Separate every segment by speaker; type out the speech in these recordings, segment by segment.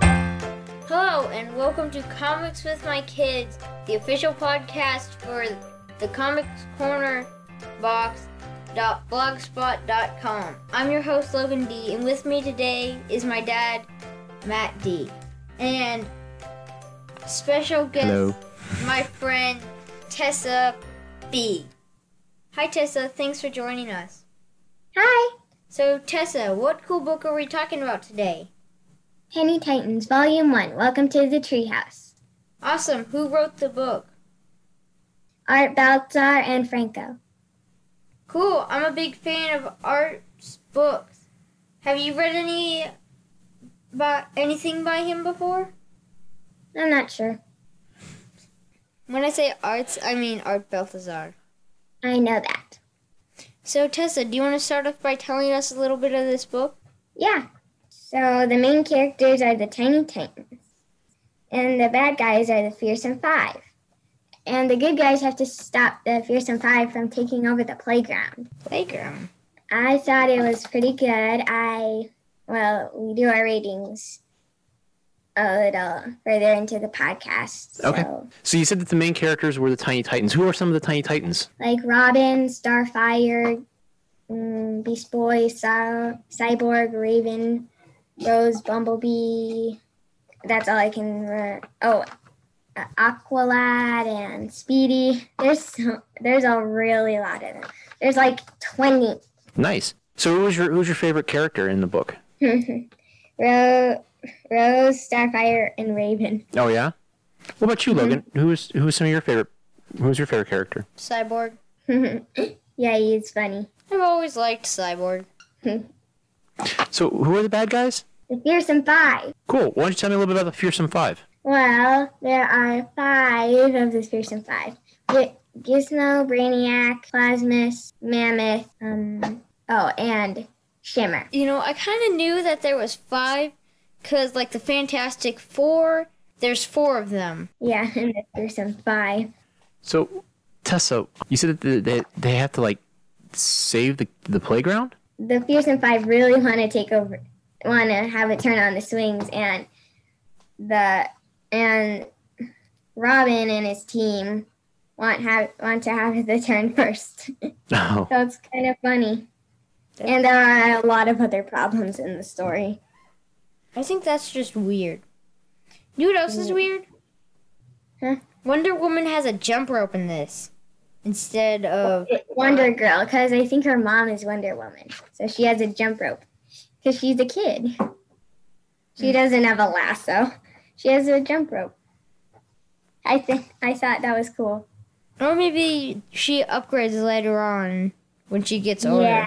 Speaker 1: Hello, and welcome to Comics with My Kids, the official podcast for the Comics Corner Box. Dot blogspot.com. I'm your host Logan D, and with me today is my dad, Matt D, and special guest,
Speaker 2: Hello.
Speaker 1: my friend Tessa B. Hi Tessa, thanks for joining us.
Speaker 3: Hi,
Speaker 1: So Tessa, what cool book are we talking about today?
Speaker 3: Penny Titans, Volume 1. Welcome to the Treehouse.
Speaker 1: Awesome. Who wrote the book?
Speaker 3: Art Baltzar and Franco.
Speaker 1: Cool. I'm a big fan of Art's books. Have you read any by anything by him before?
Speaker 3: I'm not sure.
Speaker 1: When I say Arts, I mean Art Balthazar.
Speaker 3: I know that.
Speaker 1: So Tessa, do you want to start off by telling us a little bit of this book?
Speaker 3: Yeah. So the main characters are the Tiny Titans, and the bad guys are the Fearsome Five. And the good guys have to stop the Fearsome Five from taking over the playground.
Speaker 1: Playground.
Speaker 3: I thought it was pretty good. I, well, we do our ratings a little further into the podcast.
Speaker 2: Okay.
Speaker 3: so-
Speaker 2: So you said that the main characters were the Tiny Titans. Who are some of the Tiny Titans?
Speaker 3: like Robin, Starfire, mm, Beast Boy, Cy- Cyborg, Raven, Rose, Bumblebee. That's all I can. Re- oh, uh, Aqualad and Speedy. There's so, there's a really lot of them. There's like twenty.
Speaker 2: Nice. So who was your who's your favorite character in the book?
Speaker 3: Ro- Rose, Starfire, and Raven.
Speaker 2: Oh yeah. Mm-hmm. What about you, Logan? Who was who was some of your favorite? Who was your favorite character?
Speaker 1: Cyborg.
Speaker 3: yeah, he's funny.
Speaker 1: I've always liked Cyborg.
Speaker 2: So who are the bad guys?
Speaker 3: The Fearsome Five.
Speaker 2: Cool. Why don't you tell me a little bit about the Fearsome Five?
Speaker 3: Well, there are five of the fearsome five: Gi- Gizmo, Brainiac, Plasmus, Mammoth, um, oh, and Shimmer.
Speaker 1: You know, I kind of knew that there was five, cause like the Fantastic Four, there's four of them.
Speaker 3: Yeah, and the fearsome five.
Speaker 2: So Tessa, you said that they, they have to like save the the playground.
Speaker 3: The fearsome five really want to take over, want to have it turn on the swings, and the and Robin and his team want have want to have the turn first.
Speaker 2: Oh.
Speaker 3: So it's kind of funny. And there are a lot of other problems in the story.
Speaker 1: I think that's just weird. You know what else is weird?
Speaker 3: Huh?
Speaker 1: Wonder Woman has a jump rope in this instead of.
Speaker 3: Wonder Girl, because I think her mom is Wonder Woman. So she has a jump rope because she's a kid. She doesn't have a lasso. She has a jump rope. I think I thought that was cool.
Speaker 1: Or maybe she upgrades later on when she gets older.
Speaker 3: Yeah.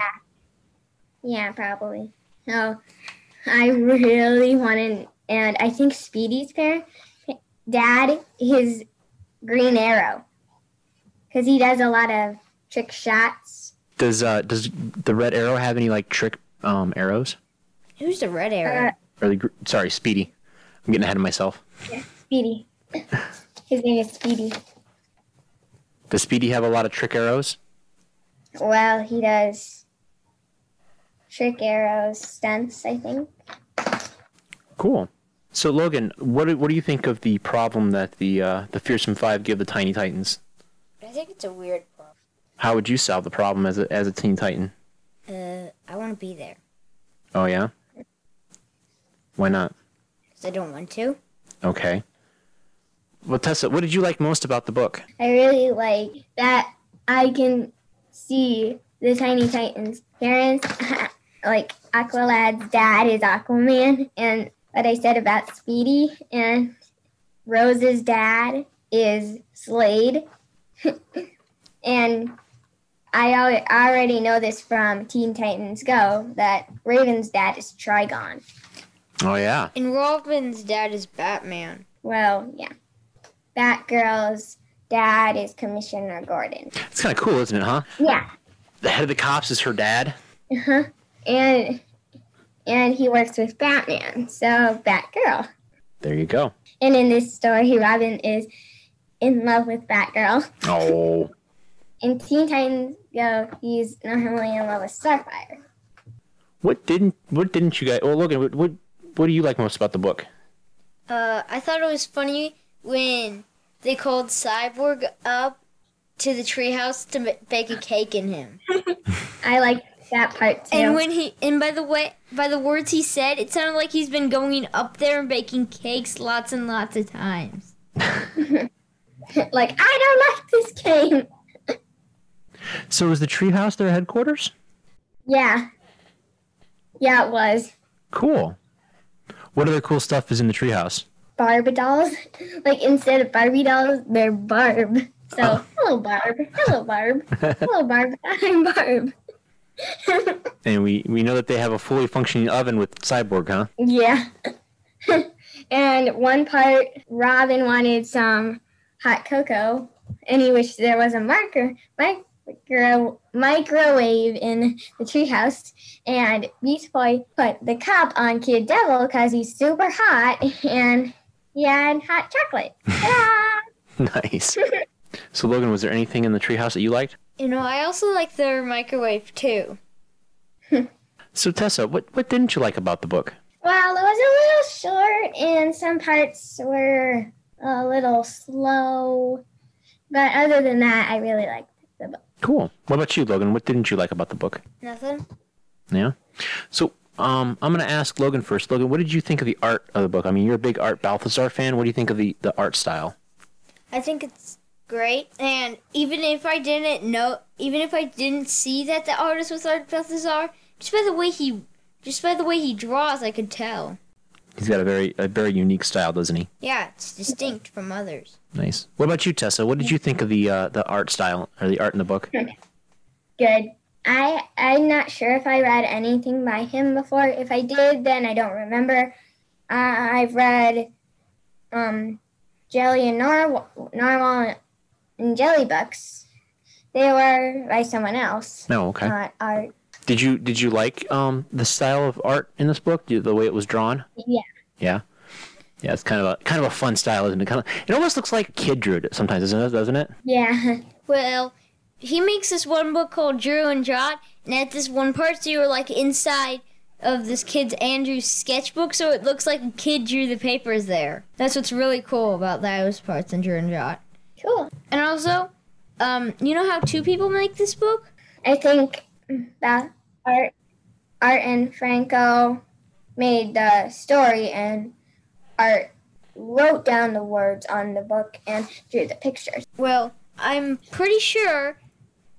Speaker 3: Yeah, probably. So I really wanted, and I think Speedy's parent, dad, his green arrow, because he does a lot of trick shots.
Speaker 2: Does uh does the Red Arrow have any like trick um arrows?
Speaker 1: Who's the red arrow?
Speaker 3: Uh,
Speaker 2: Or the gr- sorry, Speedy. I'm getting ahead of myself.
Speaker 3: Speedy. His name is Speedy.
Speaker 2: Does Speedy have a lot of trick arrows?
Speaker 3: Well, he does trick arrows, stunts, I think.
Speaker 2: Cool. So Logan, what do, what do you think of the problem that the uh, the fearsome five give the tiny titans?
Speaker 1: I think it's a weird problem.
Speaker 2: How would you solve the problem as a as a teen titan?
Speaker 1: Uh, I want to be there
Speaker 2: Oh yeah. Why not?
Speaker 1: because I don't want to.
Speaker 2: Okay. Well, Tessa, what did you like most about the book?
Speaker 3: I really like that I can see the Tiny Titans parents, like Aqualad's dad is Aquaman, and what I said about Speedy, and Rose's dad is Slade. and I al- already know this from Teen Titans Go that Raven's dad is Trigon.
Speaker 2: Oh yeah.
Speaker 1: And Robin's dad is Batman.
Speaker 3: Well, yeah. Batgirl's dad is Commissioner Gordon.
Speaker 2: It's kind of cool, isn't it, huh?
Speaker 3: Yeah.
Speaker 2: The head of the cops is her dad.
Speaker 3: Uh-huh. And and he works with Batman, so Batgirl.
Speaker 2: There you go.
Speaker 3: And in this story, Robin is in love with Batgirl.
Speaker 2: Oh,
Speaker 3: In Teen Titans Go, he's normally in love with Starfire.
Speaker 2: what didn't what didn't you guys? Well, Logan, what what, what do you like most about the book?
Speaker 1: Uh, I thought it was funny when they called Cyborg up to the treehouse to ma- bake a cake in him.
Speaker 3: I like that part too.
Speaker 1: And when he and by the way, by the words he said, it sounded like he's been going up there and baking cakes lots and lots of times.
Speaker 3: like, I don't like this game.
Speaker 2: So, is the treehouse their headquarters?
Speaker 3: Yeah. Yeah, it was.
Speaker 2: Cool. What other cool stuff is in the treehouse?
Speaker 3: Barb dolls. Like instead of Barbie dolls, they're Barb. So
Speaker 1: Oh.
Speaker 3: hello Barb. Hello Barb. hello Barb. I'm Barb.
Speaker 2: And we we know that they have a fully functioning oven with cyborg, huh?
Speaker 3: Yeah. and one part, Robin wanted some hot cocoa, and he wished there was a marker, micro, microwave in the treehouse. And Beast Boy put the cup on Kid Devil because he's super hot, and he had hot chocolate. Ta-da!
Speaker 2: Nice. so, Logan, was there anything in the treehouse that you liked?
Speaker 1: You know, I also like their microwave too.
Speaker 2: So, Tessa, what what didn't you like about the book?
Speaker 3: well, it was a little short, and some parts were a little slow, but other than that, I really liked the book.
Speaker 2: Cool. What about you, Logan? What didn't you like about the book?
Speaker 1: Nothing.
Speaker 2: Yeah. So um, I'm going to ask Logan first. Logan, what did you think of the art of the book? I mean, you're a big Art Balthazar fan. What do you think of the, the art style?
Speaker 1: I think it's great. And even if I didn't know, even if I didn't see that the artist was Art Balthazar, just by the way he, just by the way he draws, I could tell.
Speaker 2: He's got a very a very unique style, doesn't he?
Speaker 1: Yeah, it's distinct from others.
Speaker 2: Nice. What about you, Tessa? What did you think of the uh, the art style or the art in the book?
Speaker 3: good. I I'm not sure if I read anything by him before. If I did, then I don't remember. Uh, I've read um, Jelly and Narwhal, Narwhal and Jelly books. They were by someone else,
Speaker 2: No, Oh, okay.
Speaker 3: not art.
Speaker 2: Did you did you like um, the style of art in this book? Do- The way it was drawn?
Speaker 3: Yeah.
Speaker 2: Yeah. Yeah, it's kind of a kind of a fun style, isn't it? Kind of, it almost looks like a kid drew it sometimes, doesn't it? Doesn't it?
Speaker 3: Yeah.
Speaker 1: Well, he makes this one book called Drew and Jot, and at this one part, so you were like inside of this kid's Andrew's sketchbook, so it looks like a kid drew the papers there. That's what's really cool about those parts in Drew and Jot.
Speaker 3: Cool.
Speaker 1: And also, um, you know how two people make this book?
Speaker 3: I think that Art, Art and Franco made the story, and Art wrote down the words on the book and drew the pictures.
Speaker 1: Well, I'm pretty sure,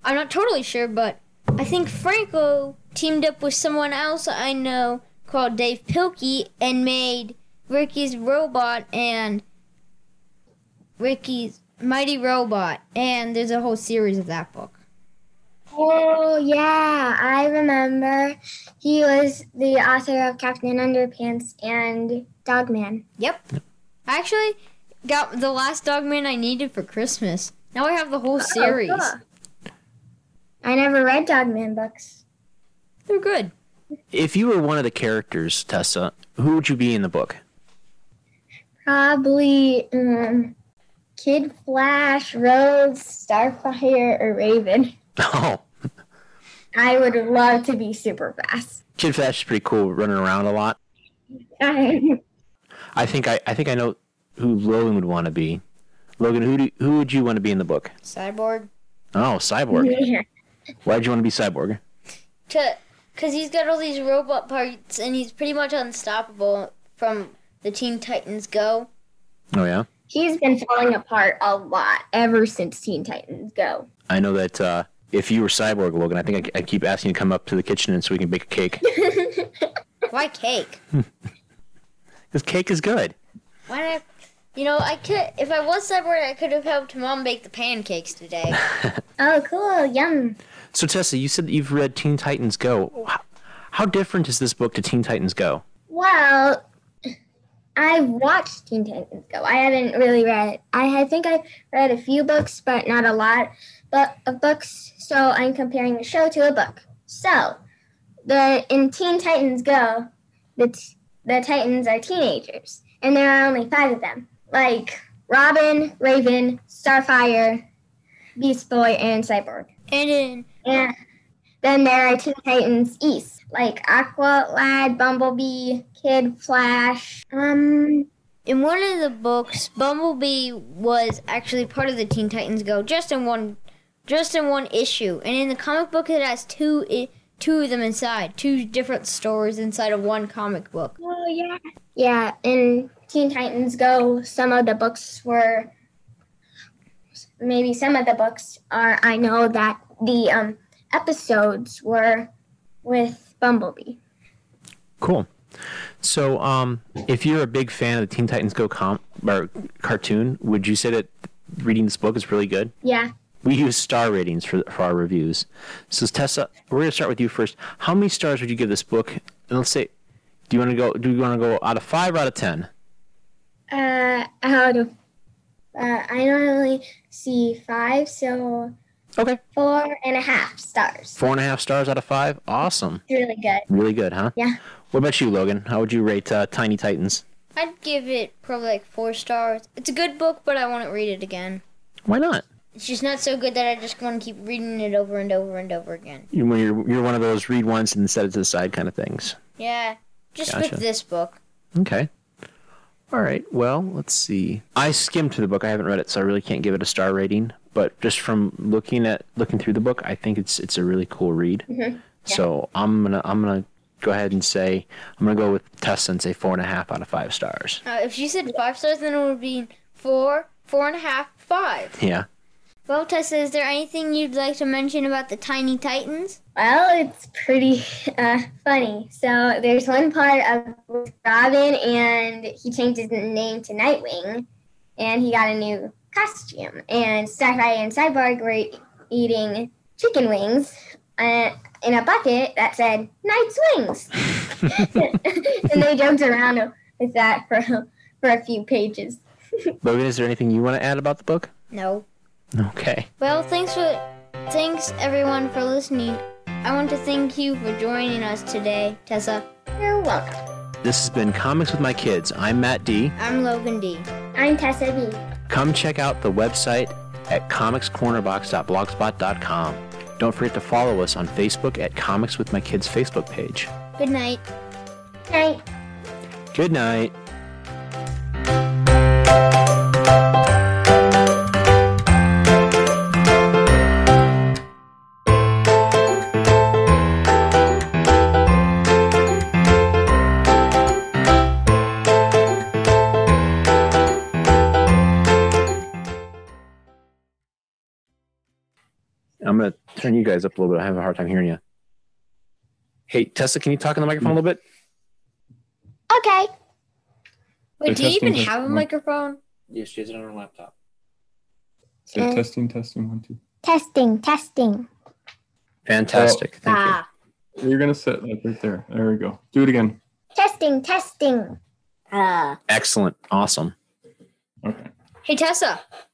Speaker 1: I'm not totally sure, but I think Franco teamed up with someone else I know called Dave Pilkey and made Ricky's Robot and Ricky's Mighty Robot, and there's a whole series of that book.
Speaker 3: Oh yeah, I remember. He was the author of Captain Underpants and Dogman.
Speaker 1: I actually got the last Dogman I needed for Christmas. Now I have the whole series.
Speaker 3: I never read Dogman books.
Speaker 1: They're good.
Speaker 2: If you were one of the characters, Tessa, who would you be in the book?
Speaker 3: Probably um, Kid Flash, Rhodes, Starfire, or Raven.
Speaker 2: Oh,
Speaker 3: I would love to be super fast.
Speaker 2: Kid Flash is pretty cool, running around a lot.
Speaker 3: I,
Speaker 2: I think I, I think I know who Logan would want to be. Logan, who do, who would you want to be in the book?
Speaker 1: Cyborg.
Speaker 2: Oh, Cyborg. Why would you want to be Cyborg?
Speaker 1: to because he's got all these robot parts and he's pretty much unstoppable from the Teen Titans Go.
Speaker 2: Oh yeah,
Speaker 3: He's been falling apart a lot ever since Teen Titans Go.
Speaker 2: I know that. Uh, if you were Cyborg, Logan, I think I, I keep asking you to come up to the kitchen and so we can bake a cake.
Speaker 1: Why cake?
Speaker 2: this cake is good.
Speaker 1: Why not? You know, I could if I was cyborg, I could have helped mom bake the pancakes today.
Speaker 3: Oh, cool. Yum.
Speaker 2: So Tessa, you said that you've read Teen Titans Go. How, how different is this book to Teen Titans Go?
Speaker 3: Well, I've watched Teen Titans Go. I haven't really read. I, I think I read a few books, but not a lot but of books. So I'm comparing the show to a book. So the in Teen Titans Go, the t- the Titans are teenagers, and there are only five of them, like Robin, Raven, Starfire, Beast Boy, and Cyborg.
Speaker 1: And in
Speaker 3: And then there are Teen Titans East, like Aqua Lad, Bumblebee, Kid Flash. Um,
Speaker 1: in one of the books, Bumblebee was actually part of the Teen Titans Go, just in one, just in one issue. And in the comic book, it has two, i- two of them inside, two different stories inside of one comic book.
Speaker 3: oh yeah, yeah. In Teen Titans Go, some of the books were, maybe some of the books are. I know that the um episodes were with Bumblebee.
Speaker 2: Cool. So, um, if you're a big fan of the Teen Titans Go com- or cartoon, would you say that reading this book is really good?
Speaker 3: Yeah.
Speaker 2: We use star ratings for, for our reviews. So, Tessa, we're going to start with you first. How many stars would you give this book? And let's say, do you want to go? Do you want to go out of five or out of ten?
Speaker 3: Uh, out of. Uh, I normally see five, so
Speaker 2: Okay,
Speaker 3: four and a half stars.
Speaker 2: four and a half stars out of five. Awesome,
Speaker 3: It's really good.
Speaker 2: really good, huh?
Speaker 3: Yeah.
Speaker 2: What about you, Logan? How would you rate uh, Tiny Titans?
Speaker 1: I'd give it probably like four stars. It's a good book, but I wouldn't read it again.
Speaker 2: Why not?
Speaker 1: It's just not so good that I just want to keep reading it over and over and over again.
Speaker 2: You- when You're you're one of those read once and set it to the side kind of things.
Speaker 1: Yeah, just
Speaker 2: Gotcha.
Speaker 1: with this book.
Speaker 2: Okay. All right. Well, let's see. I skimmed through the book. I haven't read it, so I really can't give it a star rating. But just from looking at looking through the book, I think it's it's a really cool read. So I'm gonna I'm gonna go ahead and say I'm gonna go with Tessa and say four and a half out of five stars.
Speaker 1: Uh, if she said five stars, then it would be four, four and a half, five.
Speaker 2: Yeah.
Speaker 1: Well, Tessa, is there anything you'd like to mention about the Tiny Titans?
Speaker 3: Well, it's pretty uh, funny. So there's one part of with Robin, and he changed his name to Nightwing, and he got a new costume. And Starfire and Cyborg were eating chicken wings uh, in a bucket that said "Night's Wings," and they jumped around with that for for a few pages.
Speaker 2: Logan, is there anything you want to add about the book?
Speaker 1: No.
Speaker 2: Okay.
Speaker 1: Well, thanks for thanks everyone for listening. I want to thank you for joining us today, Tessa.
Speaker 3: You're welcome.
Speaker 2: This has been Comics with My Kids. I'm Matt D.
Speaker 1: I'm Logan D.
Speaker 3: I'm Tessa B.
Speaker 2: Come check out the website at comicscornerbox.blogspot.com. Don't forget to follow us on Facebook at Comics with My Kids Facebook page.
Speaker 1: Good night.
Speaker 3: Night.
Speaker 2: Good night. I'm going to turn you guys up a little bit. I have a hard time hearing you. Hey, Tessa, can you talk on the microphone a little bit?
Speaker 3: Okay.
Speaker 1: Wait,
Speaker 4: They're
Speaker 1: do you
Speaker 4: testing
Speaker 1: even
Speaker 4: this
Speaker 1: have a
Speaker 4: one.
Speaker 1: microphone?
Speaker 2: Yes, she has it on her laptop.
Speaker 4: So
Speaker 3: Uh,
Speaker 4: testing, testing, one, two.
Speaker 3: Testing. Testing.
Speaker 2: Fantastic. Thank you.
Speaker 3: Ah.
Speaker 4: You're gonna sit like right there. There we go. Do it again.
Speaker 3: Testing, testing. Uh,
Speaker 2: Excellent. Awesome.
Speaker 4: Okay.
Speaker 1: Hey, Tessa.